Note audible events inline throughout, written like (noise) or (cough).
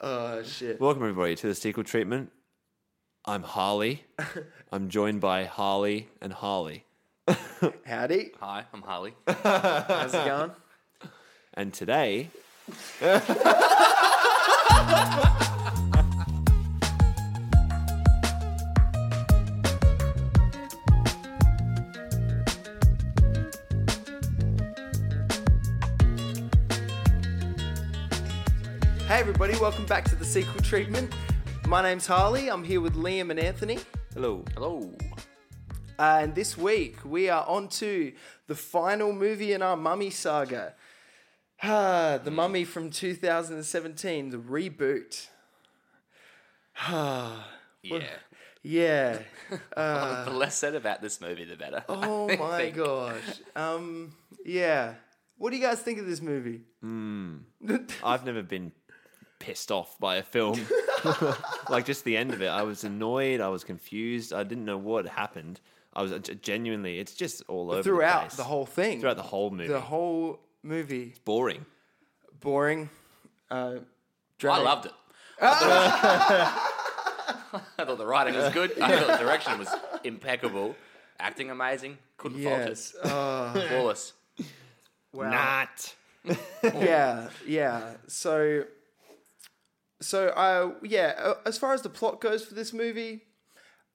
Oh shit. Welcome everybody to the sequel treatment. (laughs) I'm Holly. I'm joined by Holly and Holly. Howdy. Hi, I'm Holly. (laughs) How's it going? And today, Hey everybody, welcome back to the sequel treatment. My name's Harley. I'm here with Liam and Anthony. Uh, hello. Hello. And this week we are on to the final movie in our mummy saga. (sighs) Ah, the mummy from 2017, the reboot. Yeah. Yeah. the less said about this movie, the better. uh, Oh (laughs) I my think. gosh. Um yeah. What do you guys think of this movie? I've never been pissed off by (laughs) a film. like just the end of it, I was annoyed. I was confused. I didn't know what happened. I was uh, genuinely. It's just all over Throughout the, the, place. whole thing. throughout the whole movie. the whole movie. Boring. Boring. Uh I drag- loved it. Ah! (laughs) I thought the writing was good. I thought the direction was impeccable. Acting amazing. Couldn't Yes. Oh. fault it. Flawless. Wow. Not. yeah, yeah. So, so uh, yeah. uh, As far as the plot goes for this movie,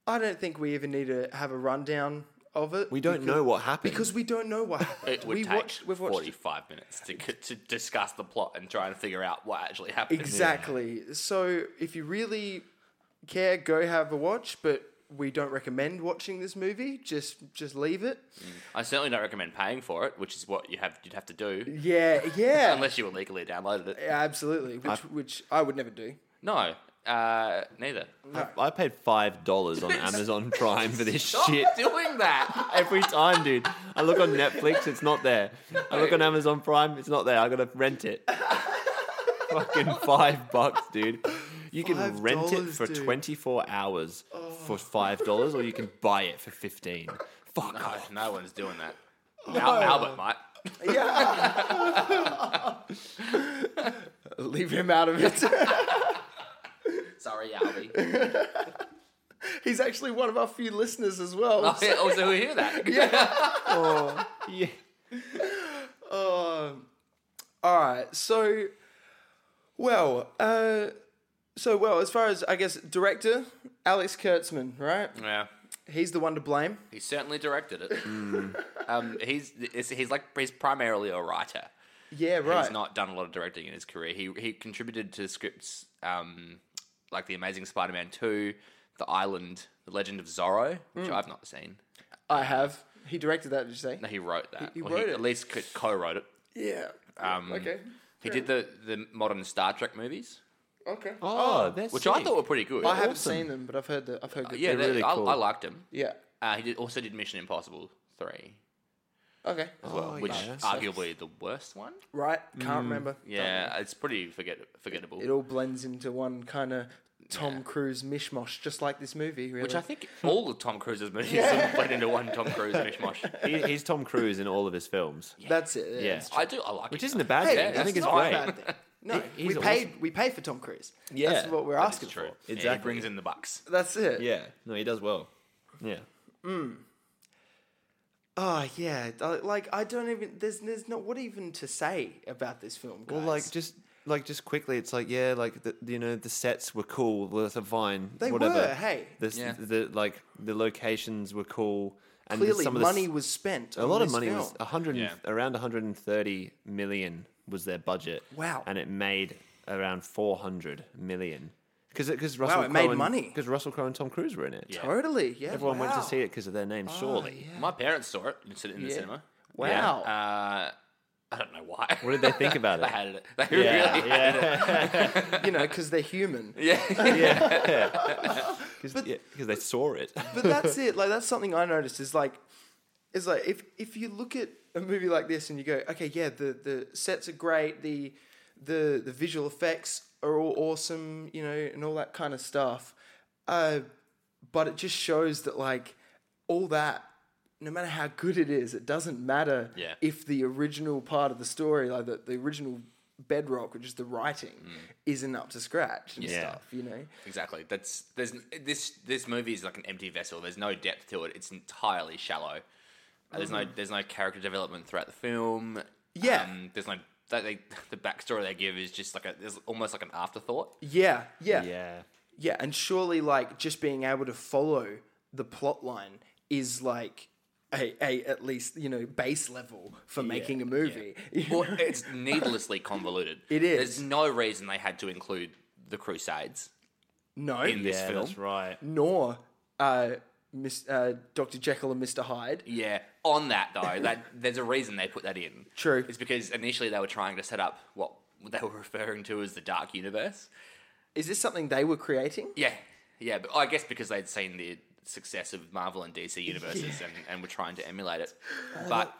I don't think we even need to have a rundown of it. We don't know what happened. because we don't know what happened. It would we take watched. We've watched 45 minutes to, c- to discuss the plot and try and figure out what actually (laughs) happened. exactly. So, if you really care, go have a watch. But we don't recommend watching this movie. Just, just leave it. I certainly don't recommend paying for it, which is what you have, you'd have to do Yeah, (laughs) yeah. unless you illegally downloaded it. Yeah, absolutely. Which, which I would never do. No, uh, neither. I, I paid five (laughs) dollars on Amazon Prime for this shit. doing (laughs) that. Every time, dude. I look on Netflix, it's not there. I look on Amazon Prime, it's not there. I gotta rent it. Fucking five bucks, dude. You can Five rent it dollars, for dude. 24 hours for five dollars, or you can buy it for 15. Fuck No, off. Oh, no one's doing that. Oh. Al- Albert might. Yeah. (laughs) Leave him out of it. (laughs) Sorry, Albie. He's actually one of our few listeners as well. (laughs) oh, yeah, also, we hear that. Yeah. All right. So, well, uh, so well as far as I guess director Alex Kurtzman, right? Yeah. He's the one to blame. He certainly directed it. Hmm. (laughs) um, he's it's- he's like he's primarily a writer. Yeah, right. He's not done a lot of directing in his career. He he contributed to scripts um, like The Amazing Spider-Man Two, The Island, The Legend of Zorro, which Hmm. I've not seen. I have. He directed that. Did you say? No, he wrote that. he Well, wrote it. At least (laughs) co- co-wrote it. Yeah. Um, okay. He did the the modern Star Trek movies, Okay. Oh, that's which I sick. thought were pretty good. I haven't awesome. seen them, but I've heard that. I've heard. Good Uh, yeah, things. they- really I, cool. I liked him. Yeah. Uh, he did also did Mission Impossible three, Okay. well, Oh, which yeah. arguably the worst one. Right. Can't remember. Mm, Yeah, it's pretty forget forgettable. It all blends into one kind of Tom Cruise mishmash, just like this movie. Really. which I think Hmm. all of Tom Cruise's movies have blend into one Tom Cruise mishmash. He- he's Tom Cruise in all of his films, That's it. Yeah. Yeah. it's I do. I like which it. isn't a bad Hey, thing. I that's think it's not a great. bad thing. No, He- we he's paid we pay for Tom Cruise. Yeah, that's Yeah, what we're That is asking true. for. Yeah, he Exactly. brings in the bucks. That's it. Yeah, no, he does well. Yeah. Oh yeah, I- like I don't even there's there's not what even to say about this film. Guys. Well, like just like just quickly, it's like yeah, like the, you know the sets were cool. Well, a vine, They whatever. were, hey. this, Yeah. the like the locations were cool. And the- clearly some of the s- money was spent. a lot of money was a hundred and- Yeah. around one hundred and thirty million was their budget. Wow. and it made around four hundred million because because Russell Wow, it made Crowe and- money. 'cause Russell Crowe and Tom Cruise were in it. Yeah. totally. Yeah, Everyone went to wow. Oh, see it because of their name, surely. My parents saw it in the- in the Yeah. cinema. Wow. Uh, I don't know why. What did they think about (laughs) they it? hated it. (laughs) They really (laughs) hated it. you know, because they're human. (laughs) Yeah. because they saw it. but that's it. Like that's something I noticed is like is like if if you look at a movie like this and you go, okay, yeah, the the sets are great, the the the visual effects are all awesome, you know, and all that kind of stuff. Uh, but it just shows that like all that. No matter how good it is, it doesn't matter Yeah. if the original part of the story, like the, the original bedrock, which is the writing, isn't up to scratch and Yeah. stuff. You know, Exactly. That's there's this this movie is like an empty vessel. There's no depth to it. It's entirely shallow. Uh, There's Mm-hmm. no there's no character development throughout the film. Yeah. Um, there's no that they, (laughs) the backstory they give is just like a there's almost like an afterthought. yeah, yeah, yeah, (laughs) Yeah. and surely like just being able to follow the plot line is like a, a at least you know base level for making a movie. (laughs) you Well, know? it's needlessly convoluted. It is. There's no reason they had to include the Crusades no, in this Yeah, film. that's right. nor uh, Miss, uh, Doctor Jekyll and Mister Hyde. Yeah. On that though, that there's a reason they put that in. True. It's because initially they were trying to set up what they were (laughs) referring to as the Dark Universe. Is this something they were creating? Yeah, yeah, but I guess because they'd seen the success of Marvel and DC (laughs) universes and, and were trying to emulate it. but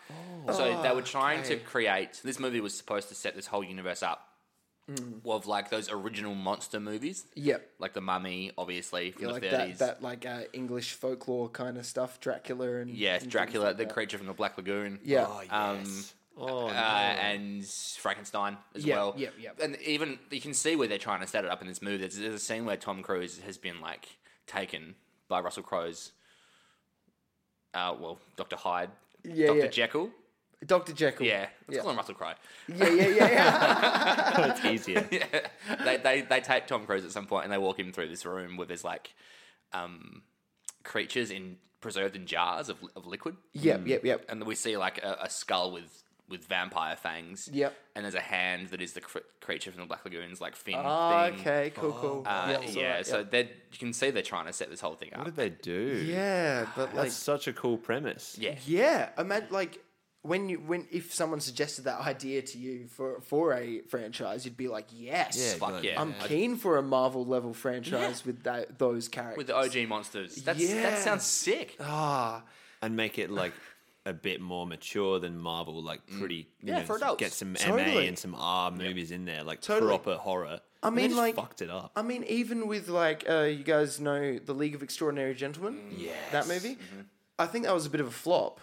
so they were trying to Oh, okay. create. This movie was supposed to set this whole universe up Mm. of like those original monster movies, Yep. like the Mummy, obviously from Yeah, the like that, thirties. that like uh, English folklore kind of stuff, Dracula and yeah, and things Dracula, like the that. creature from the Black Lagoon. Yeah. Oh, yes. Um, oh, no. uh, and Frankenstein as Yeah, well. yeah, yeah. And even you can see where they're trying to set it up in this movie. There's, there's a scene where Tom Cruise has been like taken by Russell Crowe's, uh, well, Doctor Hyde, Yeah, Doctor yeah. Jekyll. Dr. Jekyll. Yeah, let's Yeah. call him Russell Crowe. (laughs) (laughs) Yeah, yeah, yeah, (laughs) yeah. it's easier. Yeah, they, they they take Tom Cruise at some point and they walk him through this room where there's like, um, creatures in preserved in jars of of liquid. yep, yep, yep. and we see like a, a skull with with vampire fangs. Yep. And there's a hand that is the cr- creature from the Black Lagoon's like fin Ah, thing. okay, cool, cool. Uh, I saw yeah. that, So yep. they you can see they're trying to set this whole thing What up. did they do? yeah, but That's like, such a cool premise. Yeah. yeah, imagine like when you when if someone suggested that idea to you for for a franchise, you'd be like, yes, Yeah, Fuck good. yeah. I'm keen for a Marvel level franchise with that those characters. With the OG monsters. That's, Yeah. That sounds sick. ah, And make it like a bit more mature than Marvel, like pretty. You Mm. Yeah, know, for adults. Get some MA Totally. and some R movies in there, like Totally. proper horror. I mean, like- fucked it up. I mean, even with like uh, you guys know the League of Extraordinary Gentlemen, Mm. that Yes. movie. Mm-hmm. I think that was a bit of a flop,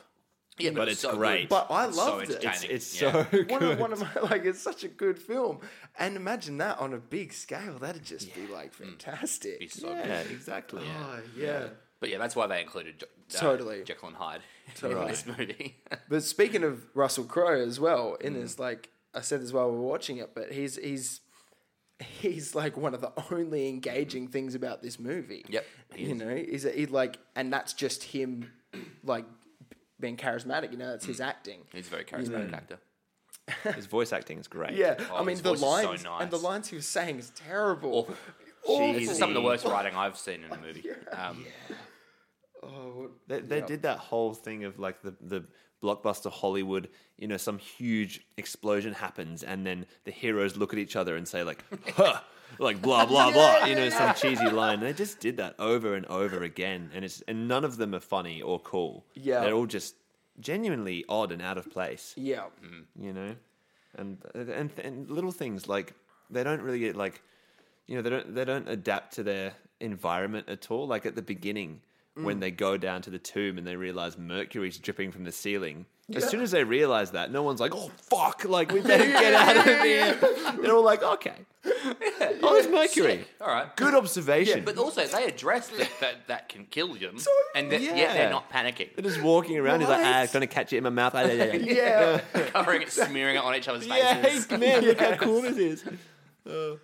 Yeah, But it was it's great. but I so loved it. entertaining. it's yeah. so (laughs) good. One of, one of my like, it's such a good film, and imagine that on a big scale. That'd just be like fantastic. Mm. Be so yeah, good. exactly. Oh yeah. But yeah, that's why they included Jo- uh, Totally. Jekyll and Hyde Totally. in this movie. (laughs) But speaking of Russell Crowe as well, Mm. in this, like I said as well, we're watching it, but he's he's (laughs) he's like one of the only engaging things about this movie. Yep, he you is. know, is that he like, and that's just him, like being charismatic. You know, that's Mm. his acting. He's a very charismatic actor. His voice acting is great. Yeah, I Oh, mean his the voice is so lines and nice. the lines he was saying is terrible. Awful. It's Easy. some of the worst writing I've seen in a movie. Um, Oh, They, they did that whole thing of like the, the blockbuster Hollywood, you know, some huge explosion happens and then the heroes look at each other and say like, (laughs) huh, like blah, blah, blah, you know, some cheesy line. They just did that over and over again. And it's, and none of them are funny or cool. Yeah. They're all just genuinely odd and out of place, yeah, Mm. you know? And, and, and little things like they don't really get like, you know, they don't, they don't adapt to their environment at all. Like at the beginning, Mm. when they go down to the tomb and they realize mercury's dripping from the ceiling. As soon as they realize that, no one's like, "Oh fuck!" (laughs) Like we better get out of here. They're all like, "Okay, oh, there's mercury. all right. Good observation." But also, they address that that, that can kill them, and that, yeah. yet they're not panicking. They're just walking around. He's like, What? "Ah, I'm gonna catch it in my mouth." (laughs) yeah, (laughs) yeah. Covering (laughs) it, smearing it on each other's hey, faces. man, look how cool this is. Uh,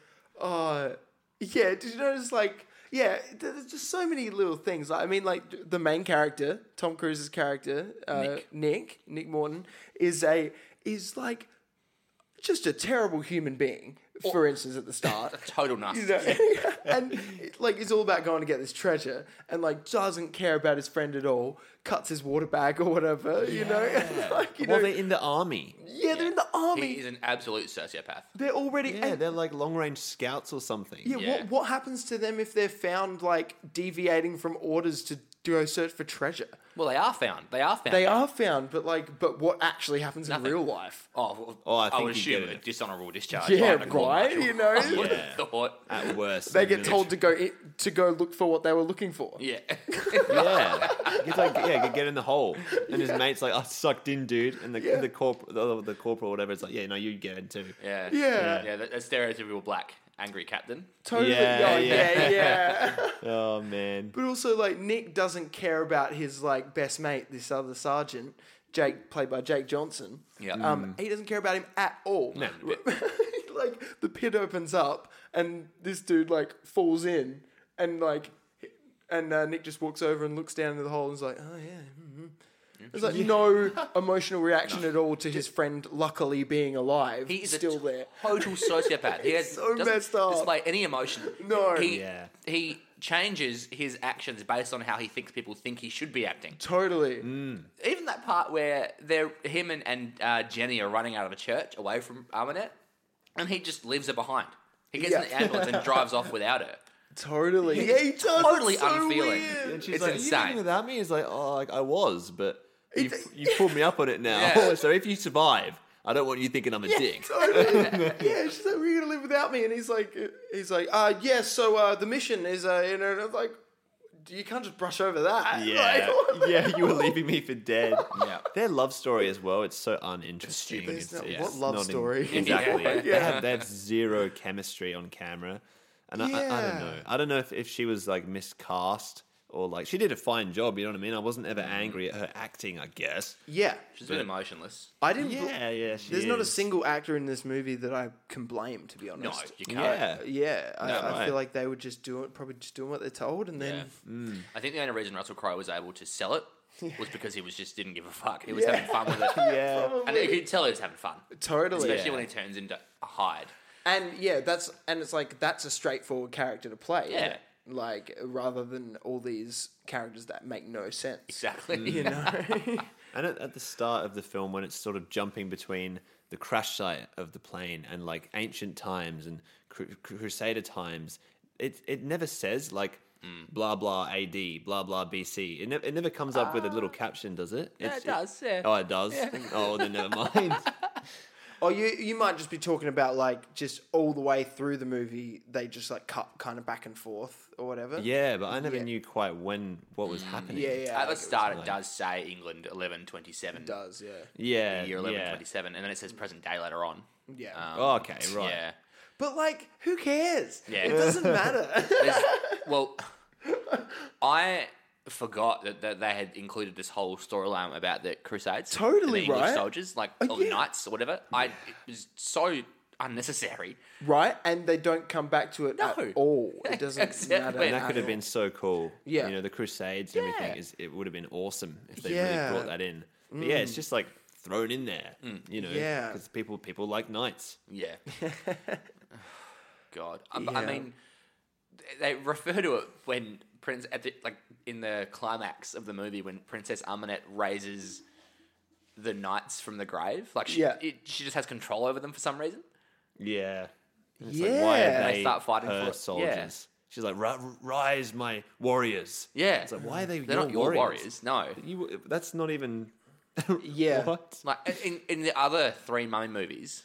Oh, yeah, did you notice, like, yeah, there- there's just so many little things. Like, I mean, like, the main character, Tom Cruise's character, uh, Nick. Nick. Nick, Morton, is a, is like, just a terrible human being, for instance, at the (laughs) start. Total nasty. You know, (laughs) and like it's all about going to get this treasure, and like doesn't care about his friend at all. Cuts his water bag or whatever, you know. (laughs) like, you Well, know they're in the army. yeah, they're in the He army. is an absolute sociopath. they're already Yeah, and- they're like long-range scouts or something. Yeah, Yeah. What, what happens to them if they're found like deviating from orders to do I search for treasure? Well, they are found. They are found. They are found, but like, but what actually happens Nothing. in real life? Oh, well, Oh, I I, think would you assume get a it. dishonorable discharge. Yeah, like a court right. martial. You know, (laughs) I would Yeah. have thought. At worst, they in get told to military- go in, to go look for what they were looking for. Yeah. (laughs) Yeah, it's like yeah, get- get in the hole, and his mate's like, "I sucked in, dude," and the Yeah. the corp the, the corporal or whatever, it's like, "Yeah, no, you get in too." yeah. (laughs) Yeah. Yeah. That, that stereotypical black angry captain. Totally. Yeah, oh, yeah, yeah. yeah. Oh man, But also, like Nick doesn't care about his like best mate, this other sergeant, Jake, played by Jake Johnson. Yeah. Mm. Um, he doesn't care about him at all. No. (laughs) like the pit opens up, and this dude like falls in, and like, and uh, Nick just walks over and looks down into the hole and is like, oh yeah. mhm." There's like no emotional reaction at all to his friend, luckily being alive, He is still a there. Total sociopath. (laughs) he has, so doesn't messed up. Display any emotion. No. He, Yeah. He changes his actions based on how he thinks people think he should be acting. Totally. Mm. Even that part where they're him and, and uh, Jenny are running out of a church away from Arminette, and he just leaves her behind. He gets in Yeah. the ambulance and drives off (laughs) without her. Totally. Yeah, he does. it's totally so unfeeling. weird. and she's It's like, "You insane. didn't without me?" He's like, "Oh, like I was, but you, It's- you pulled me up on it now. Yeah. (laughs) so if you survive, I don't want you thinking I'm (laughs) a dick." totally. (laughs) yeah, she's like, "We're gonna live without me," and he's like, "He's like, uh, yeah, so uh, the mission is, uh, you know," and I'm like, "You can't just brush over that." (laughs) Yeah, Like, what the yeah, you were leaving me for dead. Yeah. Their love story as well. It's so uninteresting. stupid, isn't it? It's- What it's love not in- story? (laughs) exactly. Yeah. They, have, they have zero chemistry on camera, and I, I, I Yeah. don't know. I don't know if, if she was like miscast or like she did a fine job. You know what I mean? I wasn't ever angry at her acting. I guess. Yeah, She's a bit emotionless. I didn't. bl- Yeah, yeah. She There's not a is. single actor in this movie that I can blame, to be No, honest. Uh, you can't. Yeah. Yeah, I, No, I right. feel like they were just doing, probably just doing what they're told, and then mm. Yeah. I think the only reason Russell Crowe was able to sell it was because he was just didn't give a fuck. He was Yeah. having fun with (laughs) it. Yeah. And you could tell he was having fun. totally. Especially Yeah. when he turns into Hyde. And yeah, that's and it's like that's a straightforward character to play. isn't Yeah. it? Like rather than all these characters that make no sense. Exactly. You know. And at, at the start of the film, when it's sort of jumping between the crash site of the plane and like ancient times and cru- crusader times, it it never says like Mm. blah blah AD blah blah BC. It, nev- it never comes up with a little caption, does it? Ah. Yeah, It's- it does, yeah. Oh, it does. Oh, then never (laughs) mind. Or Oh, you you might just be talking about like just all the way through the movie they just like cut kind of back and forth or whatever. yeah, but I never Yeah. knew quite when what Mm. was happening. Yeah, yeah. (laughs) At the like start, like- it does say England 1127. it does, yeah. yeah, Year yeah. 1127. And then it says present day later on. Yeah. Um, Oh, okay, right. Yeah. But like who cares? Yeah. It doesn't matter. (laughs) There's- well, I forgot that, that they had included this whole storyline about the Crusades. and Totally the English right. soldiers, like, or the yeah. knights or whatever. I, it was so unnecessary. right? And they don't come back to it No. at all. (laughs) It doesn't Exactly. matter. And at that could have all. been so cool. Yeah. You know, the Crusades and Yeah. everything is it would have been awesome if they Yeah. Mm. really brought that in. But yeah, it's just like thrown in there. You know, Yeah. because people people like knights. Yeah. God, I, I Yeah. mean, th- they refer to it when Prince at the, like in the climax of the movie when Princess Amunet raises the knights from the grave. Like she, Yeah. it, she just has control over them for some reason. Yeah. And It's Yeah. are And they start fighting her for it. soldiers? Yeah. She's like, "Ri- rise, my warriors. Yeah, It's like, why are they? they're not your warriors. No, You, that's not even. (laughs) Yeah. (laughs) What? like in in the other three mummy movies,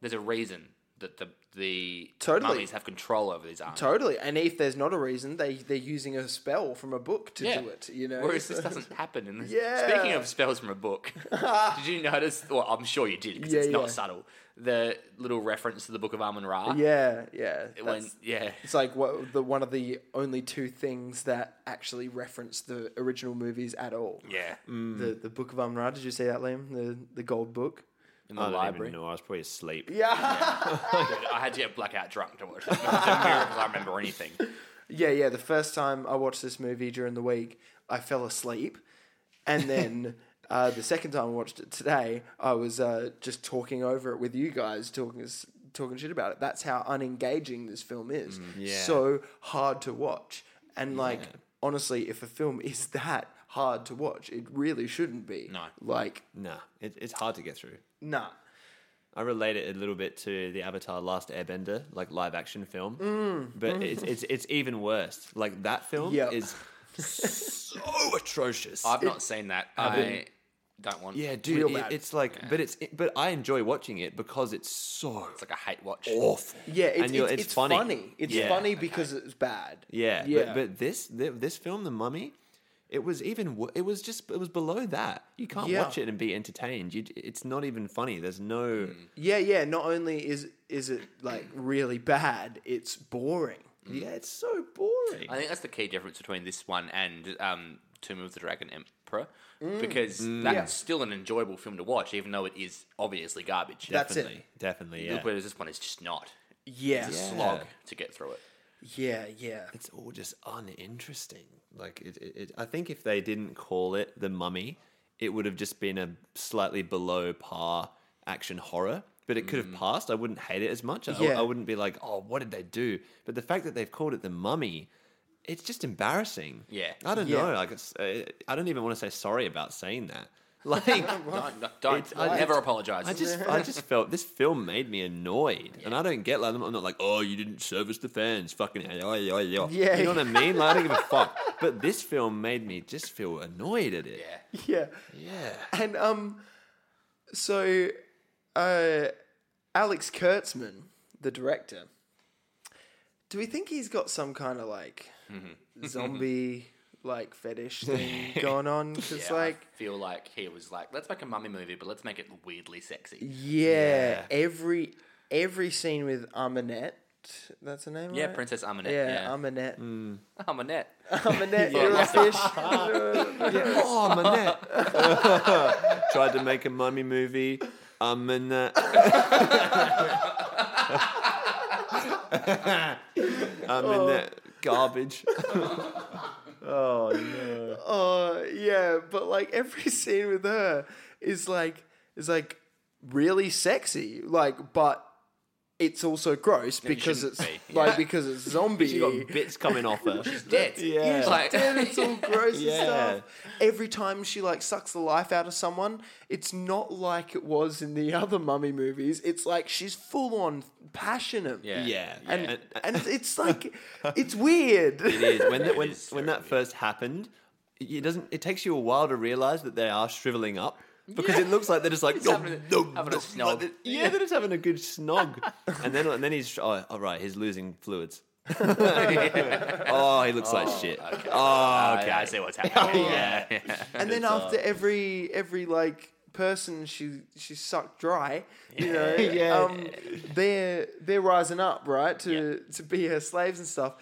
there's a reason that the the Totally. mummies have control over these arms. Totally. And if there's not a reason, they they're using a spell from a book to Yeah. do it, you know. Whereas this So- doesn't happen. In this. Yeah. Speaking of spells from a (laughs) book, did you notice? Well, I'm sure you did because Yeah, it's not yeah. subtle. The little reference to the Book of Amun Ra. (laughs) Yeah, yeah. When, that's- yeah. It's like what, the one of the only two things that actually reference the original movies at all. Yeah. Mm, The the Book of Amra. Did you see that, Liam? The the gold book. In I the don't library. even know. I was probably asleep. Yeah, I had to get blackout drunk to watch it. (laughs) It's a miracle I remember anything. yeah, yeah. The first time I watched this movie during the week, I fell asleep, (laughs) and then. Uh, the second time I watched it today, I was uh, just talking over it with you guys, talking s- talking shit about it. That's how unengaging this film is. Mm, yeah. So hard to watch, and like honestly, if a film is (laughs) that hard to watch, it really shouldn't be. No. like Nah, it, it's hard to get through. Nah. I relate it a little bit to the Avatar: Last Airbender, Mm, like live action film, but it's, it's it's even worse. Like that film Yep. is so (laughs) atrocious. I've not seen that. I don't want. yeah, dude, Real it- bad. it's like, but it's but I enjoy watching it because it's so It's like a hate watch. awful. Yeah, it's, And you're- it's, it's, funny. It's Yeah. funny because it's bad. Yeah, yeah. But, but this th- this film, The Mummy, it was even wo- it was just it was below that. You can't Yeah. watch it and be entertained. You, it's not even funny. There's no yeah, yeah. Not only is is it like really bad, it's boring. yeah. It's so boring. I think that's the key difference between this one and um, Tomb of the Dragon Emperor, Mm. because that's still an enjoyable film to watch, even though it is obviously garbage. That's it. definitely, definitely. Yeah, Whereas this one is just not. Yeah, It's a Yeah. slog to get through it. yeah, yeah. it's all just uninteresting. Like it, it, it, I think if they didn't call it The Mummy, it would have just been a slightly below par action horror. But it could have passed. I wouldn't hate it as much. I, Mm. Yeah. I wouldn't be like, oh, what did they do? But the fact that they've called it The Mummy, it's just embarrassing. Yeah. I don't Yeah. know. Like, it's, uh, I don't even want to say sorry about saying that. (laughs) Like, Don't, no, don't It's- I- never apologize. I just, (laughs) I just felt this film made me annoyed, and I don't get like I'm not like, oh, you didn't service the fans, fucking, yeah, yeah, yeah. Yeah. You know what I mean? Like, I don't give (laughs) a fuck. But this film made me just feel annoyed at it. yeah. Yeah. Yeah, And um so uh Alex Kurtzman, the director, do we think he's got some kind of like Mm-hmm. zombie (laughs) like fetish (laughs) thing going on? Because Yeah, like I feel like he was like, let's make a mummy movie, but let's make it weirdly sexy. yeah, Yeah. every every scene with Aminette that's her name, Yeah, right? Princess Aminette. Yeah, Yeah, um- (laughs) Aminette. Aminette. (laughs) Oh, Aminette, Yeah. you're a fish. (laughs) yeah. Oh, Manette (laughs) tried to make a mummy movie. Um, Manette. (laughs) I'm Oh. in that garbage. oh no. Oh yeah, but like every (laughs) scene with her is like is like really sexy, like but it's also gross because shouldn't it's be, like because (laughs) it's zombie. She got bits coming off her. Dead. Yeah. (laughs) Like, Damn, it's all gross Yeah. and stuff. Every time she like sucks the life out of someone, it's not like it was in the (laughs) other mummy movies. It's like she's full on passionate. Yeah. Yeah, And, And- (laughs) and it's like it's weird. It is. When that when, is when very that first happened, it doesn't. It takes you a while to realize that they are shriveling up because it looks like they're just like having a- having a snog. like, yeah, they're just having a good snog, and then and then he's oh, all right, he's losing fluids. (laughs) oh, he looks like shit. okay. Oh, I- okay. (laughs) I see what's happening. Yeah. and then after every every like person she she sucked dry, you know, Yeah. um, they're they're rising up, right, to to be her slaves and stuff,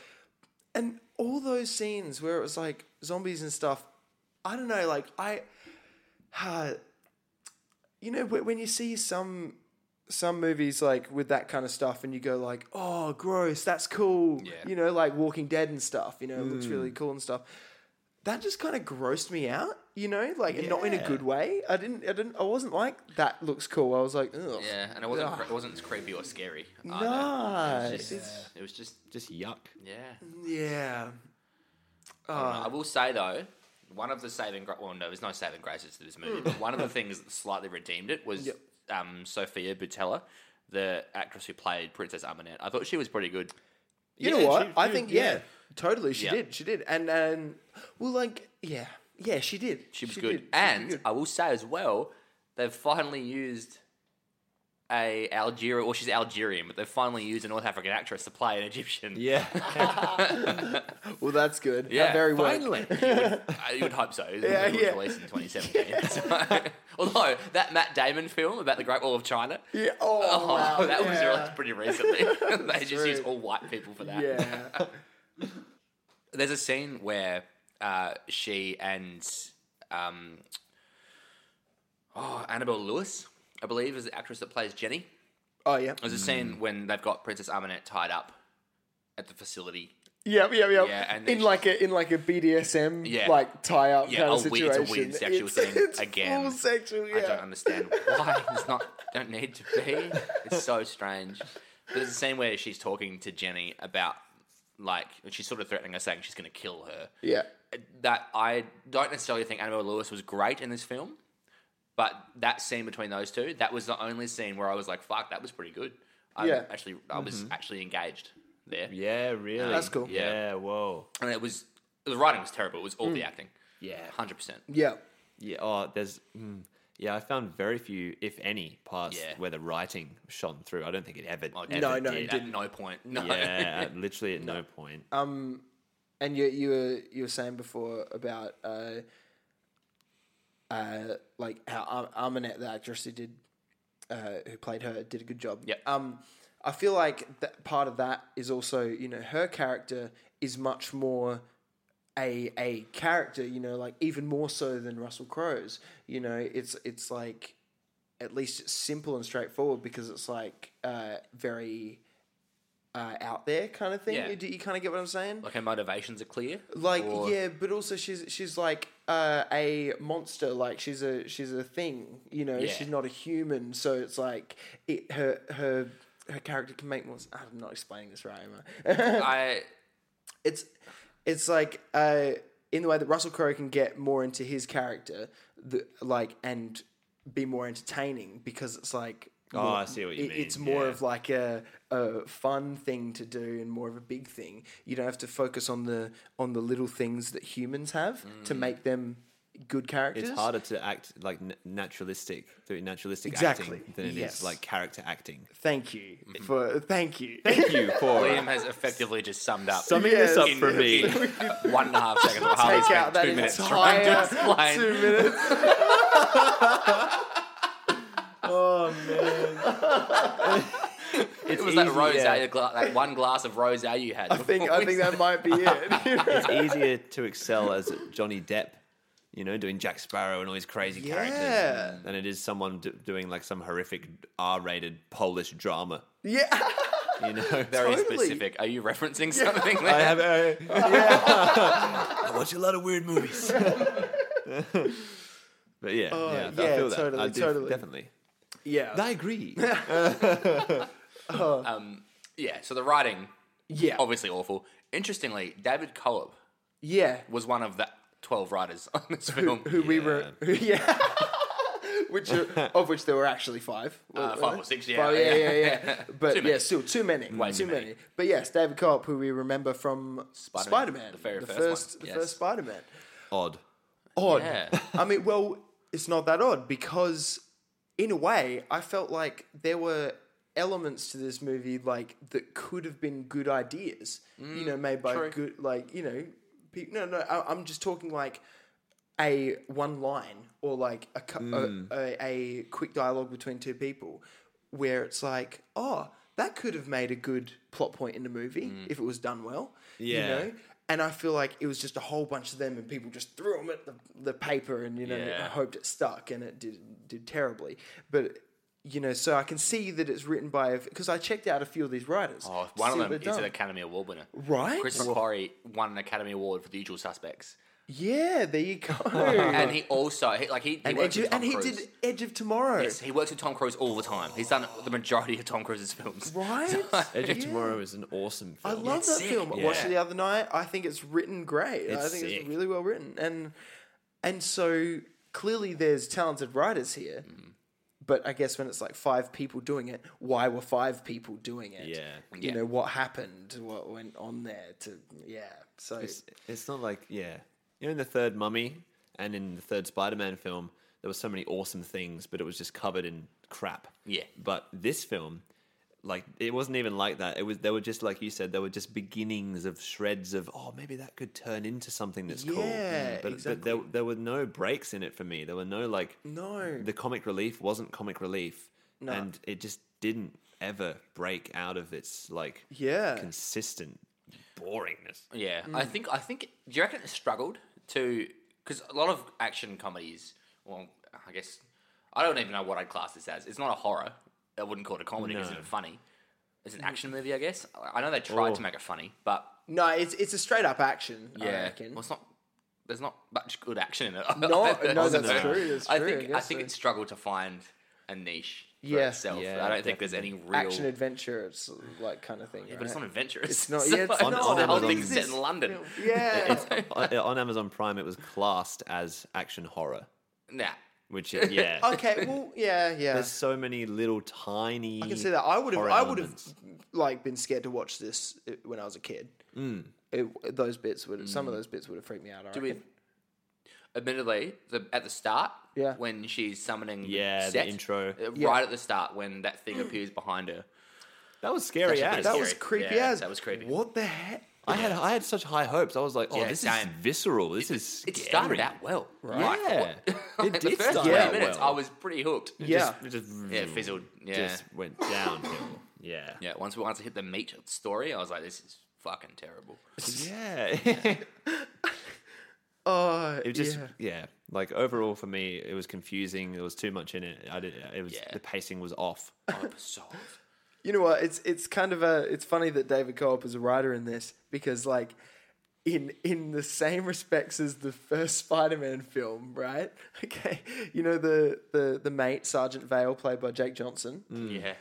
and all those scenes where it was like zombies and stuff. I don't know, like I, (sighs) uh, you know, wh- when you see some some movies like with that kind of stuff and you go like oh gross that's cool Yeah. you know like walking dead and stuff you know it looks really cool and stuff that just kind of grossed me out you know like and not in a Yeah. good way i didn't i didn't i wasn't like that looks cool i was like Ugh. Yeah, and it wasn't cre- it wasn't as creepy or scary. either. Nah, It was it's- just, uh, it was just Just yuck. yeah. yeah Uh-huh. I will say though, one of the saving gra- well, no, there's no saving graces to this movie, but one of the things that slightly redeemed it was Hmm. Yep. um, Sophia Butella, the actress who played Princess Aminette. I thought she was pretty good. you Yeah, know what she- i she- think yeah, yeah. totally she Yeah. did she did and and well like yeah yeah she did She was did. good, She did and good. I will say as well, they've finally used. A Algeria, well, she's Algerian, but they've finally used a North African actress to play an Egyptian. Yeah. well that's good yeah Yeah, very well Finally. I you would hope so. It Yeah, was yeah. released in 2017. So- (laughs) although that Matt Damon film about the Great Wall of China, (laughs) yeah oh, (laughs) oh, wow, that was yeah. released (laughs) pretty recently. (laughs) they just true. use all white people for that. yeah (laughs) There's a scene where uh, she and um, oh, Annabelle Lewis, I believe, is the actress that plays Jenny. oh yeah There's a scene when they've got Princess Aminette tied up at the facility. Yep, yep, yep. Yeah, and in it's like a in like a BDSM Yeah. like tie up Yeah, kind of a weird- situation. it's a weird sexual It's- thing it's again. Full sexual, yeah. I don't understand why. (laughs) It's not don't need to be. It's so strange. But there's a scene where she's talking to Jenny about like she's sort of threatening her, saying she's going to kill her. Yeah, That I don't necessarily think Annabelle Lewis was great in this film, but that scene between those two, that was the only scene where I was like, "Fuck, that was pretty good." I Yeah. Mm-hmm. actually, I was actually engaged there, (laughs) Yeah. Really. That's cool. Yeah. Whoa. and it was The writing was terrible. It was all the acting. Yeah. hundred percent. Mm. Yeah. Yeah. Oh, there's. Mm, yeah, I found very few, if any, parts Yeah. where the writing shone through. I don't think it ever. ever No, no, it did. didn't. At no point. (laughs) No. Yeah, literally at no point. Um, and you you were you were saying before about uh, uh, like how Ar- Arminette, the actress who did, uh, who played her, did a good job. Yep. Um, I feel like that part of that is also you know her character is much more a a character you know like even more so than Russell Crowe's. You know, it's it's like at least it's simple and straightforward because it's like uh, very. Uh, out there kind of thing. Yeah. You, do you kind of get what I'm saying? Like her motivations are clear. like or- yeah but also she's she's like uh, a monster like she's a she's a thing you know Yeah. she's not a human so it's like it her her her character can make more s- i'm not explaining this right am I? I it's it's like uh in the way that russell crowe can get more into his character the, like and be more entertaining because it's like Oh, more- I see what you it- It's mean, more yeah. of like a, a fun thing to do and more of a big thing. You don't have to focus on the on the little things that humans have to make them good characters. Mm. It's harder to act like n- naturalistic through naturalistic Exactly, acting than it is yes. like character acting. Thank you for thank you. Mm-hmm. Thank you for (laughs) Liam has effectively just summed up. summing Yes. this up for me. in (laughs) one and a half seconds. Well, (laughs) Harley Take spent out that two minutes trying (laughs) to entire explain. two minutes. it was that easy, rose yeah. ale, gla- that one glass of rose ale you had. I think I think that (laughs) might be it. (laughs) It's easier to excel as Johnny Depp, you know, doing Jack Sparrow and all these crazy Yeah. characters, than it is someone d- doing like some horrific R-rated Polish drama. yeah. You know, (laughs) (laughs) very totally. specific. Are you referencing something? I there? have. (laughs) I, I watch a lot of (laughs) weird movies. but yeah, yeah, I Oh, yeah, feel that. totally, I do, totally. definitely. Yeah. (laughs) I agree. Um, yeah. So the writing, yeah. obviously awful. Interestingly, David Coop Yeah. was one of the twelve writers on this Who, film. who we were who, (laughs) yeah. which are, of which there were actually five. Uh, Were- five were or there? six, yeah, Five, yeah, yeah, yeah. yeah. But (laughs) Too many. yeah, still too many. too too many. many. But yes, David Cobb, who we remember from Spider-Man, Spider Man. the very first one. first the Yes. first Spider Man. Odd. Odd. Yeah. (laughs) I mean, well, it's not that odd because in a way, I felt like there were elements to this movie like that could have been good ideas, you know, made by Mm, true. good like you know, pe- no, no, I, I'm just talking like a one line or like a, cu- Hmm. a, a a quick dialogue between two people where it's like, oh, that could have made a good plot point in the movie Hmm. if it was done well, Yeah. you know. And I feel like it was just a whole bunch of them, and people just threw them at the, the paper, and you know, Yeah. hoped it stuck, and it did did terribly. But you know, so I can see that it's written by because I checked out a few of these writers. Oh, to one see what of them they'd is an done. Academy Award winner. right? Chris McQuarrie won an Academy Award for The Usual Suspects, Yeah, there you go. (laughs) and he also he, like he, he Uh-huh. And works Edge of, with Tom and he Cruise. did Edge of Tomorrow. Yes, he works with Tom Cruise all the time. He's done the majority of Tom Cruise's films. Right? (laughs) Edge of Yeah. Tomorrow is an awesome I film. love It's that sick. film. I watched it Yeah. the other night. I think it's written great. I It's think sick. it's really well written, and and so clearly there's talented writers here. Mm-hmm. But I guess when it's like five people doing it, why were five people doing it? Yeah. you Yeah. know what happened, what went on there. To yeah, so It's, it's not like yeah. You know, in the third Mummy and in the third Spider-Man film, there were so many awesome things, but it was just covered in crap. Yeah. But this film, like, it wasn't even like that. It was there were just like you said, there were just beginnings of shreds of oh maybe that could turn into something that's cool. Mm, Yeah, but, but exactly. there there were no breaks in it for me. There were no like no, the comic relief wasn't comic relief, and it just didn't ever break out of its like Uh, yeah, consistent (laughs) boringness. Yeah, I Mm. think I think. Do you reckon it struggled to because a lot of action comedies? Well, I guess I don't even know what I'd class this as. It's not a horror. I wouldn't call it a comedy. because Isn't No. it funny? It's an Mm. action movie, I guess. I- I know they tried to Oh. make it funny, but no. It's it's a straight up action. I yeah, reckon. well, it's not. There's not much good action in it. (laughs) no, that's true, that's I true, I think I, guess think so. it struggled to find a niche for Yeah. itself. Yeah, I don't think there's any real. action adventure. It's like kind of thing. but it's right? not adventurous. It's not- (laughs) yeah, it's So, not. the whole Amazon. thing's set in London. yeah. (laughs) on on Amazon Prime, it was classed as action horror. Nah, Which (laughs) yeah, Oh, Okay, well, yeah, yeah. there's so many little tiny. I can see that. I would have, I would have, like, been scared to watch this uh, when I was a kid. It, those bits would, some of those bits would have freaked me out. I Hmm. Do reckon. we? Admittedly, the, at the start, Yeah. when she's summoning, Yeah, the Set, intro. uh, right Yeah. at the start when that thing appears behind her. That was scary That's a as. that was Scary. creepy Yeah, as. that was creepy. What the heck? I had I had such high hopes. I was like, oh, Yeah, this same. is visceral. This is It scary. started out well, right? Yeah, (laughs) it Like, did the first start twenty out minutes, well. I was pretty hooked. Yeah. Just, it just, Yeah, it fizzled. Yeah, Just went (laughs) downhill. Yeah. yeah. Once we once I hit the meat of the story, I was like, this is fucking (laughs) terrible. (laughs) Yeah. it Oh, was just yeah. yeah. Like overall for me, it was confusing. There was too much in it. I did. It was Yeah. the pacing was off. Oh, it was solved. You know what? It's it's kind of a it's funny that David Co-op is a writer in this because like in in the same respects as the first (laughs) Spider-Man film, right? (laughs) Okay, you know the the the mate Sergeant Vale, played by Jake Johnson, Mm. Yeah.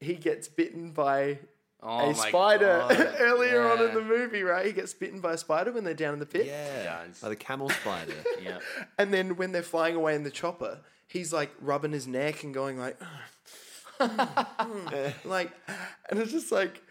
he gets bitten by Oh a my spider God. (laughs) earlier on in Yeah. the movie, right? He gets bitten by a spider when they're down in the pit, Yeah. does. Like the camel spider. (laughs) Yeah. and then when they're flying away in the chopper, he's like rubbing his neck and going like, like, and it's just like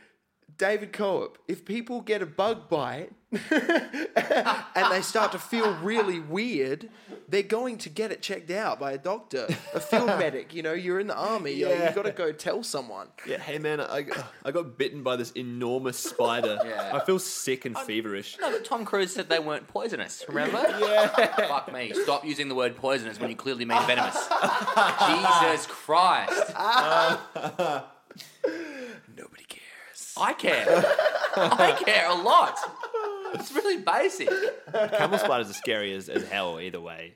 David Co-op. If people get a bug bite (laughs) and they start to feel really weird, they're going to get it checked out by a doctor, a field medic. You know, you're in the army. you know, Yeah. you got to go tell someone. yeah. Hey man, I I got bitten by this enormous spider. (laughs) Yeah. I feel sick and feverish. No, but Tom Cruise said they weren't poisonous. (laughs) Remember? Yeah. Fuck me. Stop using the word poisonous when you clearly mean (laughs) venomous. Jesus Christ. Nobody cares. I care. I care a lot. It's really basic. (laughs) camel spiders are scary as, as hell either way.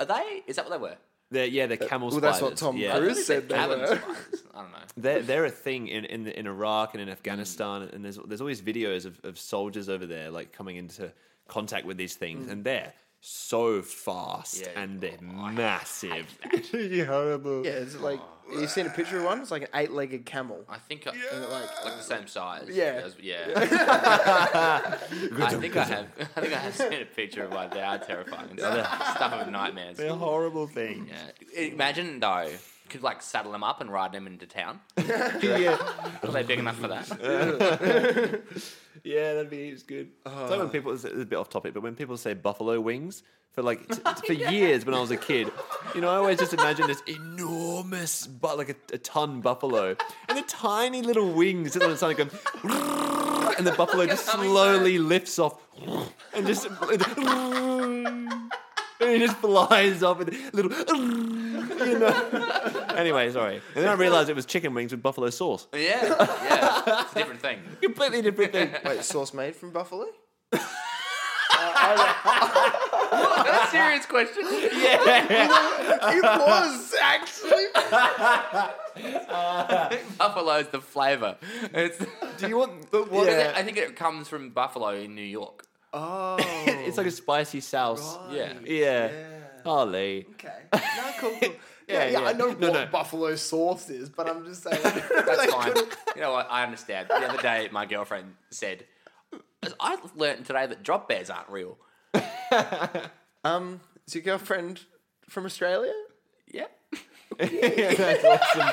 Are they? Is that what they were? They're, yeah, they're camel Well, spiders. that's what Tom yeah. Cruise said they Cabin were. spiders. I don't know. They're, they're a thing in, in, in Iraq and in Afghanistan, and there's there's always videos of, of soldiers over there like coming into contact with these things, and they're so fast Yeah. "Oh, and they're massive. (laughs) horrible. Yeah, it's like you seen a picture of one. It's like an eight-legged camel. I think I, like like the same size. Yeah. As- (laughs) yeah. I think I have. I think I have seen a picture of one. They are terrifying. It's stuff of nightmares. They're horrible things. (laughs) Yeah. Imagine though, could like saddle him up and ride him into town. yeah. Are they big enough for that? Yeah, that'd be it's good. Oh. it's like when people it's a bit off topic, but when people say buffalo wings for like (laughs) t- t- for years when I was a kid, you know, I always just imagine this enormous, but like a, a ton buffalo, and the tiny little wings just on its side going, and the buffalo just Coming slowly lifts off, and just and it just flies off with a little. You know. Anyway, sorry. And then I realized it was chicken wings with buffalo sauce. (laughs) Yeah. Yeah. It's a different thing. Completely different thing. Wait, sauce made from buffalo? (laughs) That's a serious question. (laughs) It was actually. Buffalo's the flavour. It's, (laughs) Do you (laughs) want? But what? Yeah. I think it comes from buffalo in New York. (laughs) Oh, (laughs) it's like a spicy sauce. Yeah. Yeah. Harley. Okay. No, cool, cool. Yeah, yeah, Yeah, yeah. I know No, what no. buffalo sauce is, but I'm just saying. That's fine. you know what? I understand. The other day, my girlfriend said, "I learned today that drop bears aren't real." Um, is your girlfriend from Australia? Yeah. That's awesome.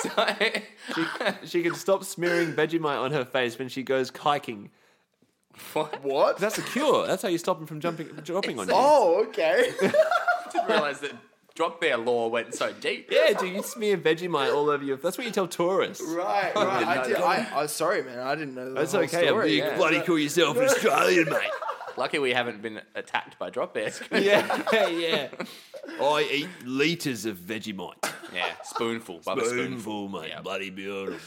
(laughs) so, (laughs) (laughs) She can stop smearing Vegemite on her face when she goes kiking. what? What? That's a cure. That's how you stop them from jumping, dropping on you. oh, okay. Didn't realise that drop bear law went so deep. Yeah, dude, you smear Vegemite all over your. That's what you tell tourists. right, right. I, know did, that. I, I sorry, man. I didn't know that. That's whole okay. Story. you yeah. bloody call yourself an Australian, mate. Lucky we haven't been attacked by drop bears. (laughs) (laughs) Yeah, (laughs) yeah. I eat liters of Vegemite. yeah, spoonful. Bubba spoonful. Spoonful, mate. Yeah. Bloody beautiful.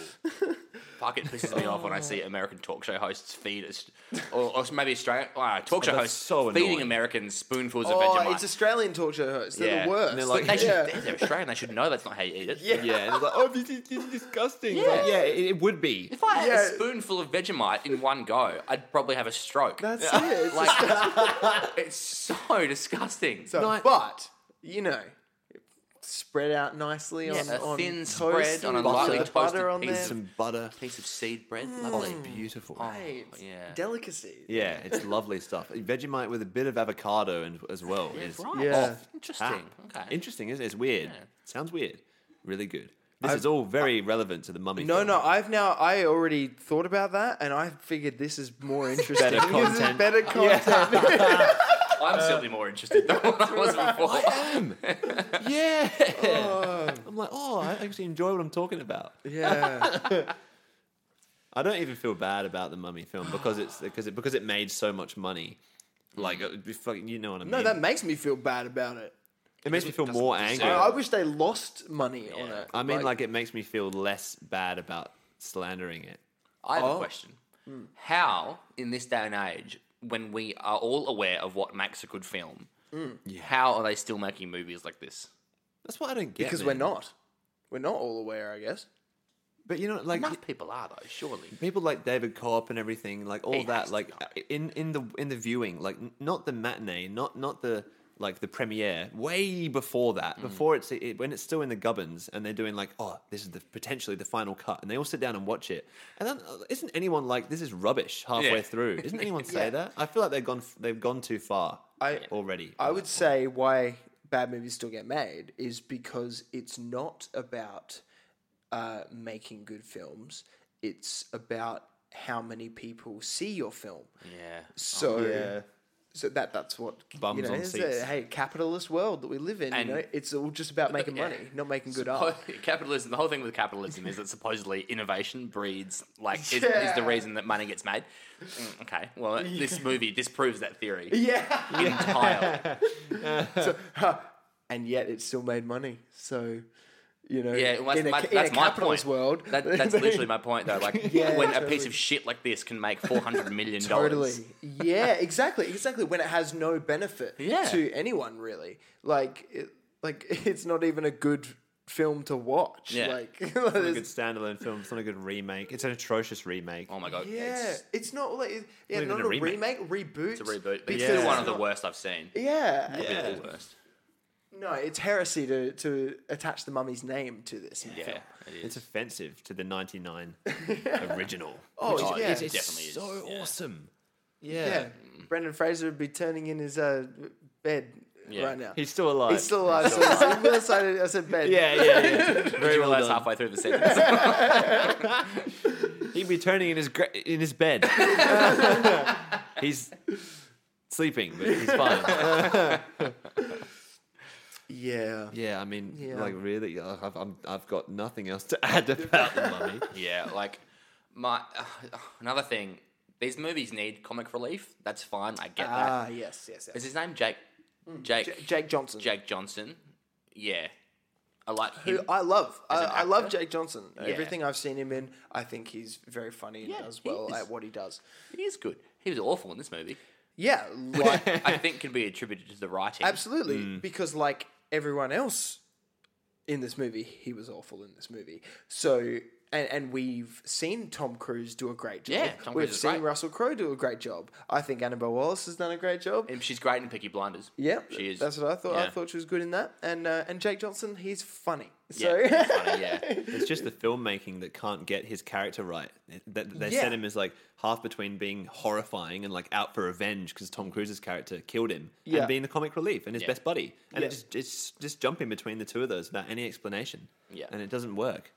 Fuck, it pisses me off when I see Oh. American talk show hosts feed, us- or, or maybe Australian uh, talk show That's hosts so feeding annoying. Americans spoonfuls of Oh, Vegemite. it's Australian talk show hosts. They're Yeah. the worst. And they're like- They (laughs) should, yeah. They're Australian. They should know that's not how you eat it. Yeah. Yeah, and it's like, oh, this is, this is disgusting. Yeah, Yeah. yeah it, it would be. If I had Yeah. a spoonful of Vegemite in one go, I'd probably have a stroke. That's it. It's just- like, it's so disgusting. so, Night- but you know, spread out nicely Yeah, on a on thin toast spread on with butter- a lightly toasted butter on piece there. of Some butter. Piece of seed bread, lovely. Hmm. Mm. Beautiful. Oh, Hey, it's yeah. delicacy. Yeah, it's lovely stuff. Vegemite with a bit of avocado and, as well. is right. Yeah. Ah. Oh, interesting. okay. Interesting, isn't it? It's weird. Yeah. Sounds weird. Really good. This I've- is all very relevant to the mummy. No, film. no, I've now I already thought about that, and I figured this is more interesting. Better This is content. better (laughs) content. Uh, I'm certainly more interested than what I was (laughs) before. Yeah. I'm like, oh, I actually enjoy what I'm talking about. Yeah, I don't even feel bad about the mummy film because it's because it because it made so much money. Like, it would be fucking- you know what I mean? Mm. no, that makes me feel bad about it. it makes me feel doesn't more deserve angry. I, Yeah. I wish they lost money on Yeah. it. I mean, like, it makes me feel less bad about slandering it. I have Oh. a question. How, in this day and age, when we are all aware of what makes a good film, Mm. how are they still making movies like this? That's what I don't get. because man. we're not, we're not all aware, I guess. But you know, like Enough people are though, surely. people like David Corp and everything, like all He has that, to like uh, in in the in the viewing, like n- not the matinee, not not the like the premiere, way before that, before it's it, when it's still in the gubbins, and they're doing like, oh, this is the potentially the final cut, and they all sit down and watch it, and then uh, isn't anyone like this is rubbish halfway Yeah. through? Isn't anyone say Yeah. that? I feel like they've gone f- they've gone too far I- already. I would say why bad movies still get made is because it's not about uh, making good films. It's about how many people see your film. Oh, Yeah. (laughs) So So that that's what Bums you know, on it's seats. A, hey, capitalist world that we live in. And- you know, it's all just about making yeah. money, not making good art. (laughs) Suppo- Oh, capitalism. The whole thing with capitalism is that supposedly innovation breeds, like, is, is Yeah. the reason that money gets made. Mm, okay, well, this movie disproves that theory Yeah, entirely. and yet it still made money. So you know, Yeah, well, that's in a, my- ca- in that's a my capitalist point. world, (laughs) That, that's literally my point, though. Like, Yeah, when a totally. piece of shit like this can make four hundred million dollars, totally. yeah, exactly, exactly. When it has no benefit Yeah. to anyone really, like it, like (laughs) it's not even a good film to watch. Yeah. Like, (laughs) It's not a good standalone film. It's not a good remake. It's an atrocious remake. Oh my god! yeah, it's, it's, not like it- yeah, Not even not, a a remake, remake. reboot, it's a reboot. But because it's still one of it's the not- worst I've seen. Yeah, yeah. Yeah, the worst. No, it's heresy to, to attach the mummy's name to this. Yeah, film. it is. It's offensive to the 99 (laughs) original. Oh, which is- yeah. it's, It it's definitely is, so yeah. awesome. yeah. Brendan Fraser would be turning in his uh, bed Yeah. right now. He's still alive. He's still alive. so I said, I said (laughs) bed. yeah, yeah, yeah. (laughs) Very well realized done. halfway through the sentence. He'd be turning in his gra- in his (laughs) bed. he's sleeping, but (laughs) he's fine. yeah. Yeah, I mean, Yeah. like really, uh, I've I'm, I've got nothing else to add about the mummy. yeah, like my (sighs) another thing. These movies need comic relief. That's fine. I get that. Ah, yes, yes, Is yes. his name Jake? Jake. J- Jake Johnson, Jake Johnson. Yeah, I like him. who I love. I, an I love actor? Jake Johnson. Everything I've seen him in, I think he's very funny and Yeah, does he well is. at what he does. He is good. He was awful in this movie. Yeah, like, (laughs) I think can be attributed to the writing. Absolutely, Mm. because like everyone else in this movie, he was awful in this movie. So, and, and we've seen Tom Cruise do a great job. Yeah, Tom we've Cruise is seen great. Russell Crowe do a great job. I think Annabelle Wallace has done a great job. And she's great in Peaky Blinders. yeah, she is. That's what I thought. I Yeah. thought she was good in that. And uh, and Jake Johnson, he's funny. So Yeah, that's funny, yeah. It's just the filmmaking that can't get his character right. That that they Yeah. set him as like half between being horrifying and like out for revenge because Tom Cruise's character killed him, Yeah. and being the comic relief and his Yeah. best buddy, and Yeah. it just it's just jumping between the two of those without any explanation. Yeah. and it doesn't work.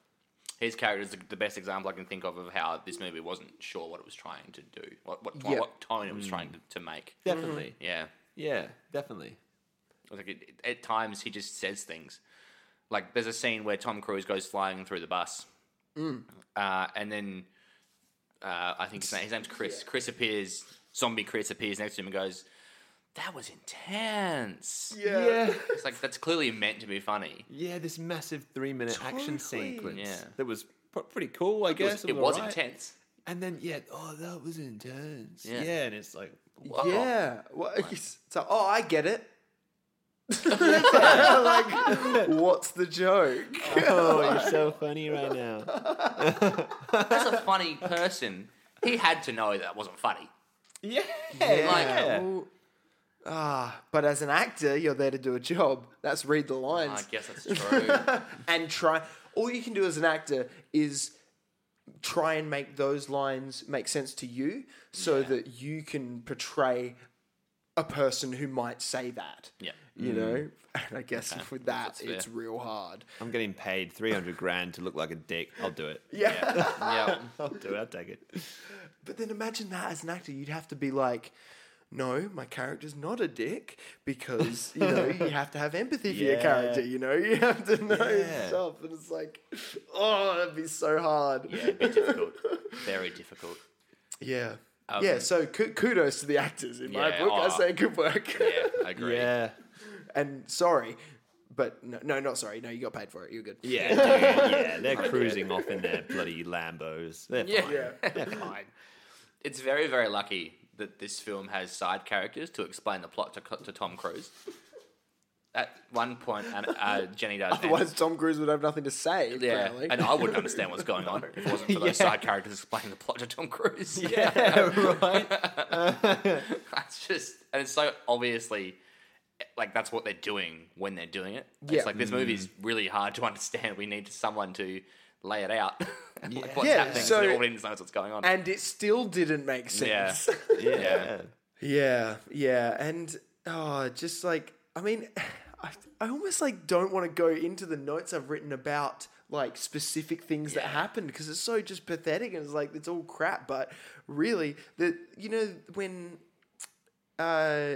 His character is the, the best example I can think of of how this movie wasn't sure what it was trying to do, what what, Yeah. Mm. what tone it was trying to, to make. Definitely, Yeah, Mm. yeah, definitely. like it, it- at times he just says things. Like there's a scene where Tom Cruise goes flying through the bus, Mm. uh, and then uh, I think his, name, his name's Chris. Chris appears, zombie Chris appears next to him and goes, "That was intense." (laughs) yeah. yeah. It's like that's clearly meant to be funny. Yeah, this massive three-minute action Totally. sequence Yeah. that was pr- pretty cool, I It guess. was, it all was right. intense. and then yeah, oh, that was intense. Yeah. Yeah, and it's like Wow. Yeah. Well, it's so, oh, I get it. (laughs) (laughs) like, what's the joke? oh, you're so funny right (laughs) now. As a funny person, he had to know that wasn't funny. Yeah. Like, Well, ah, but as an actor, you're there to do a job. That's read the I lines guess that's true. and try. All you can do as an actor is try and make those lines make sense to you, so that you can portray a person who might say that. yeah. You know, (laughs) and I guess with that, that's fair. it's real hard. I'm getting paid 300 grand to look like a dick. I'll do it. yeah. Yeah. I'll do it. I'll take it. But then imagine that as an actor, you'd have to be like, no, my character's not a dick because you know you have to have empathy (laughs) for your Yeah. character. You know you have to know Yeah. stuff, and it's like, oh, that'd be so hard. Yeah, it'd be difficult. Very difficult. Yeah, yeah. So ku- kudos to the actors in my Yeah, book. I aw. say good work. Yeah, I agree. Yeah. (laughs) and sorry, but no, no, not sorry. No, you got paid for it. You're good. Yeah, dude, yeah. (laughs) They're cruising off in their bloody Lambos. They're Yeah. fine. yeah. They're fine. It's very, very lucky that this film has side characters to explain the plot to, co- to Tom Cruise. At one point, and, uh, Jenny does. (laughs) and- Otherwise, Tom Cruise would have nothing to say. yeah, apparently. and I wouldn't understand what's going on if it wasn't for those Yeah. side characters explaining the plot to Tom Cruise. Yeah, (laughs) right. That's just, and it's so obviously, like that's what they're doing when they're doing it. Yeah. Mm. It's like this movie is really hard to (laughs) understand. We need someone to lay it out, (laughs) like what's Yeah, happening, so, so- the audience knows what's going on. and it still didn't make Yeah. sense. (laughs) Yeah. Yeah, yeah, and oh, just like I mean, (sighs) I, I almost like don't want to go into the notes I've written about like specific things that happened because it's so just pathetic and it's like it's all crap. But really, that you know when uh,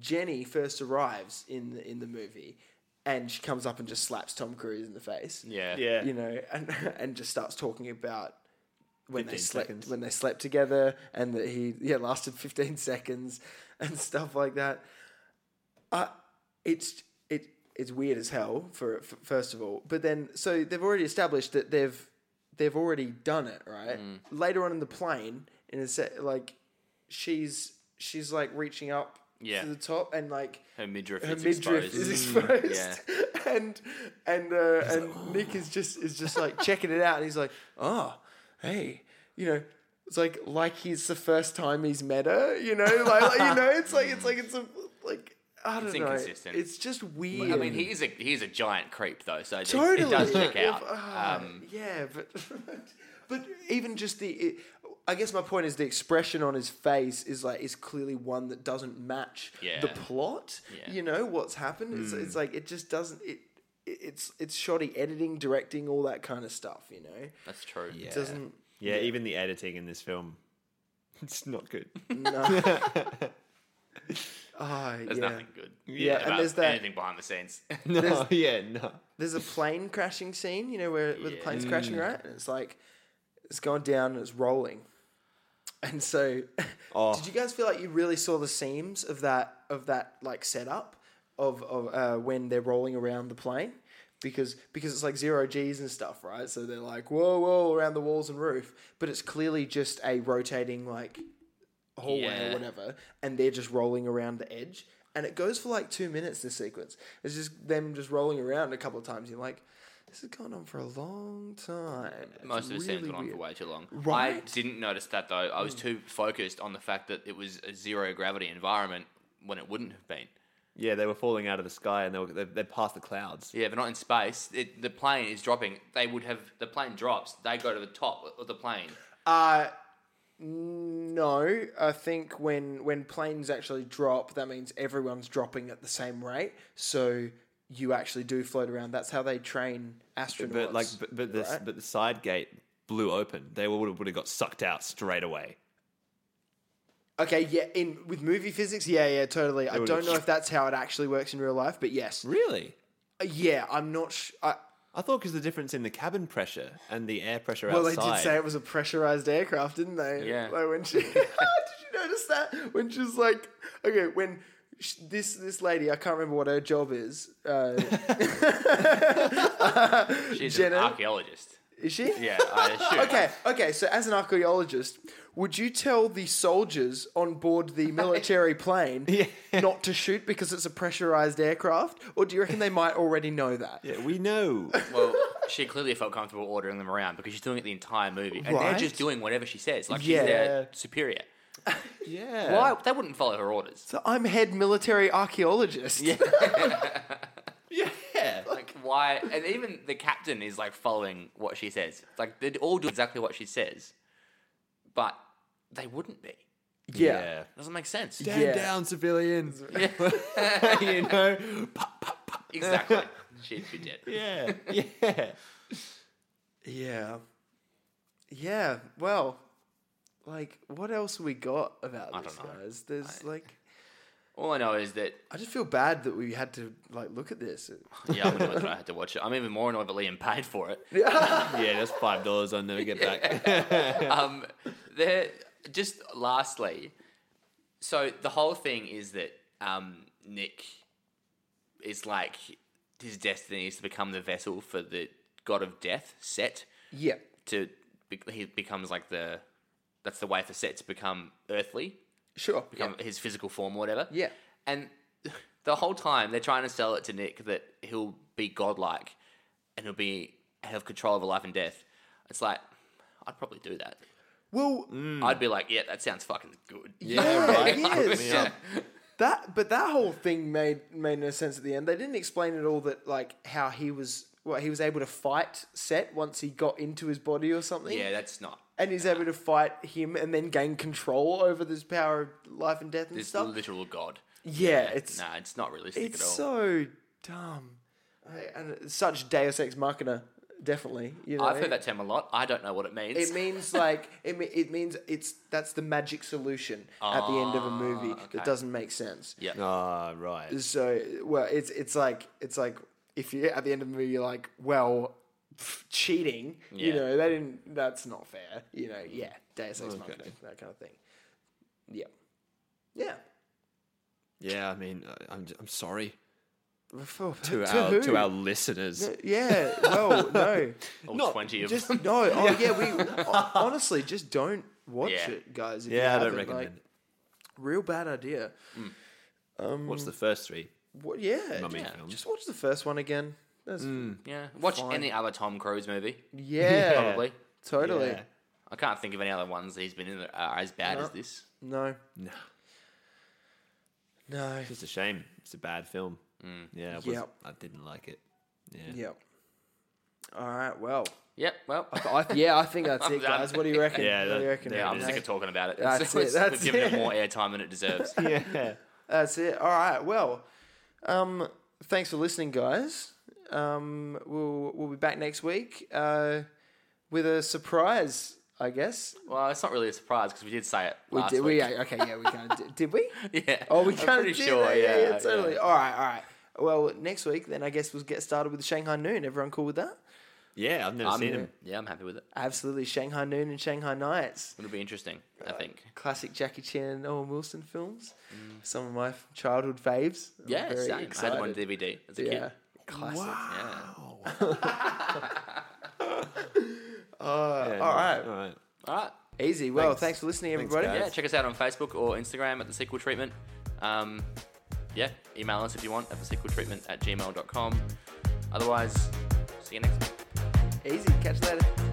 Jenny first arrives in the, in the movie and she comes up and just slaps Tom Cruise in the face yeah, Yeah. you know, and (laughs) and just starts talking about when they 15 slept seconds. when they slept together and that he yeah lasted 15 (laughs) seconds and stuff like that. Uh, it's it it's weird as hell for, f first of all, but then so they've already established that they've they've already done it right. Mm. Later on in the plane, in a set like she's she's like reaching up Yeah. to the top and like Her midriff her is midriff exposed. is Mm, exposed, (laughs) and and uh, and Nick "Oh." is just is just like checking it out, and he's like, oh, hey, you know. It's like like he's the first time he's met her, you know, like, like, you know, it's like it's like it's a like I don't know, inconsistent. it's just weird. I mean, he's a he's a giant creep though, so it- totally it, does check out. Ah, Um, yeah, but (laughs) but even just the, it, I guess my point is the expression on his face is like is clearly one that doesn't match the Yeah. plot. Yeah. Hmm. You know what's happened? It's, it's like it just doesn't. It it- it's it's shoddy editing, directing, all that kind of stuff. You know, that's true. Yeah. (laughs) doesn't. Yeah, even the editing in this film, (laughs) it's not good. Ah, There's yeah. nothing good. Yeah, and about there's that- anything behind the scenes. (laughs) No, (laughs) yeah, no. There's a plane crashing scene. You know where, where the Yeah. Hmm. plane's crashing, right? And it's like it's gone down and it's rolling. And so, (laughs) Oh. did you guys feel like you really saw the seams of that of that like setup of of uh, when they're rolling around the plane? Because because it's like zero G's and stuff, right? So they're like whoa whoa around the walls and roof, but it's clearly just a rotating like hallway or Yeah. whatever, and they're just rolling around the edge. And it goes for like two minutes. This sequence it's just them just rolling around a couple of times. You're like, this has gone on for a long time. It's Most of the really scenes went on for weird. way too long. Right? Hmm. I didn't notice that though. I was too focused on the fact that it was a zero gravity environment when it wouldn't have been. Yeah, they were falling out of the sky and they were they they're past the clouds. Yeah, but not in space. It, the plane is dropping. They would have the plane drops. They go to the top of (laughs) the plane. Uh, no, I think when when planes actually drop, that means everyone's dropping at the same rate. So you actually do float around. That's how they train astronauts. But like, but, but the right? but the side gate blew open. They would have would have got sucked out straight away. okay, yeah, in with movie physics, yeah, yeah, totally. I would don't have- know if that's how it actually works in real life, but yes, Really? Uh, yeah, I'm not. Sh- I, I thought because the difference in the cabin pressure and the air pressure Well, outside. they did say it was a pressurized aircraft, didn't they? Yeah. Like when she (laughs) did you notice that when she's like, okay, when sh this this lady, I can't remember what her job is. Uh, She's Jenna? an archaeologist. is (laughs) she? Yeah, (laughs) I assume. Okay, okay. So as an archaeologist, would you tell the soldiers on board (laughs) the military plane not to shoot because it's a pressurized aircraft, or do you reckon they might already know that? Yeah, we know. Well, she clearly felt comfortable ordering them around because she's doing it the entire movie, and Right. they're just doing whatever she says. Like Yeah. she's their superior. (laughs) Yeah. Why they wouldn't follow her orders? So I'm head military archaeologist. (laughs) Yeah. Yeah. Like why? And even the captain is like following what she says. Like they would all do exactly what she says, but they wouldn't be. Yeah. Doesn't make sense. Stand Yeah. down, civilians. (laughs) Yeah. you know. Pop, pop, pop. exactly. She'd be dead. Yeah. Yeah. Yeah. Yeah. Well, like, what else we got about I this, don't know. guys? There's like, All I know is that I just feel bad that we had to like look at (laughs) this. yeah, I'm annoyed that I had to watch it. I'm even more annoyed that Liam paid for it. Yeah, that's five dollars I'll never get back. um, there. Just lastly, so the whole thing is that um, Nick is like his destiny is to become the vessel for the god of death, Set. yeah. To be- he becomes like the that's the way for Set to become earthly, Sure. become his physical form, or whatever. Yeah. And (laughs) the whole time they're trying to sell it to Nick that he'll be godlike and he'll be have control over life and death. It's like I'd probably do that. Well, I'd be like, yeah, that sounds fucking good. Hmm. yeah, (laughs) right. yes. Yeah. That, but that whole thing made made no sense at the end. They didn't explain at all that like how he was, well, he was able to fight Set once he got into his body or something. Yeah, that's not. and he's able to fight him and then gain control over this power of life and death and It's stuff. literal god. yeah, it's Nah, it's not realistic it's at all. so dumb, I, and it's such Deus Ex Machina, definitely. You know, I've heard that term a lot. I don't know what it means. It means like it. me- It means it's that's the magic solution at the end of a Ah, movie that doesn't make sense. yeah. (laughs) Ah, right. So well, it's it's like it's like if you at the end of the movie you're like, well, pff, cheating. You Yeah. know they didn't. That's not fair. You know, yeah, Deus Ex Machina, that kind of thing. Yeah, yeah. Yeah, I mean, I- I'm, j- I'm sorry For- to, oh, to our who? to our listeners. Yeah. Well, (laughs) no. All not 20 of Just them. no. Oh yeah. (laughs) We ho- honestly just don't watch Yeah. it, guys. If you Yeah, I haven't, don't recommend. Like, real bad idea. it. What's the first three? What? Yeah. Mummy yeah. films. Mm. Just watch the first one again. That's, Yeah. Watch Fine. any other Tom Cruise movie. yeah, (laughs) Probably. Totally. Yeah. I can't think of any other ones that he's been in that are as bad as this. No. No, No. it's a shame. It's a bad film. Yeah, it was, Yep. I didn't like it. Yeah. Yep. All right. Well. Yep. Well, I th- yeah, I think that's it, (laughs) I'm done. guys. What do you reckon? Yeah, What do that- you reckon? yeah, yeah, I'm it mate? is. sick of talking about it. That's It's- it, it's- that's we're (laughs) giving it. it more airtime than (laughs) it deserves. (laughs) Yeah. That's it. All right. Well, um, thanks for listening, guys. Um, we'll we'll be back next week uh, with a surprise, I guess. well, it's not really a surprise because we did say it We last did. We week. yeah, okay. Yeah, we kind of did. Did (laughs) we? yeah. Oh, we I'm kind of pretty did. sure. that, yeah, yeah, totally. All right. All right. Well, next week, then I guess we'll get started with the Shanghai Noon. Everyone cool with that? Yeah, I've never I'm, seen him. yeah, I'm happy with it. Absolutely. Shanghai Noon and Shanghai Nights. It'll be interesting, I think. Classic Jackie Chan and Owen Wilson films. Some of my childhood faves. I'm Mm. Yeah, very same. I had excited. him on DVD as a Yeah. kid. Classic. Wow. Uh, all Yeah, right. nice. All right. All right. Easy. Well, thanks, Thanks. for listening, Thanks, everybody. guys. Yeah, check us out on Facebook or Instagram at The Sequel Treatment. Um, yeah, email us if you want at thesequeltreatment at gmail.com. Otherwise, see you next time. Easy. Catch you later.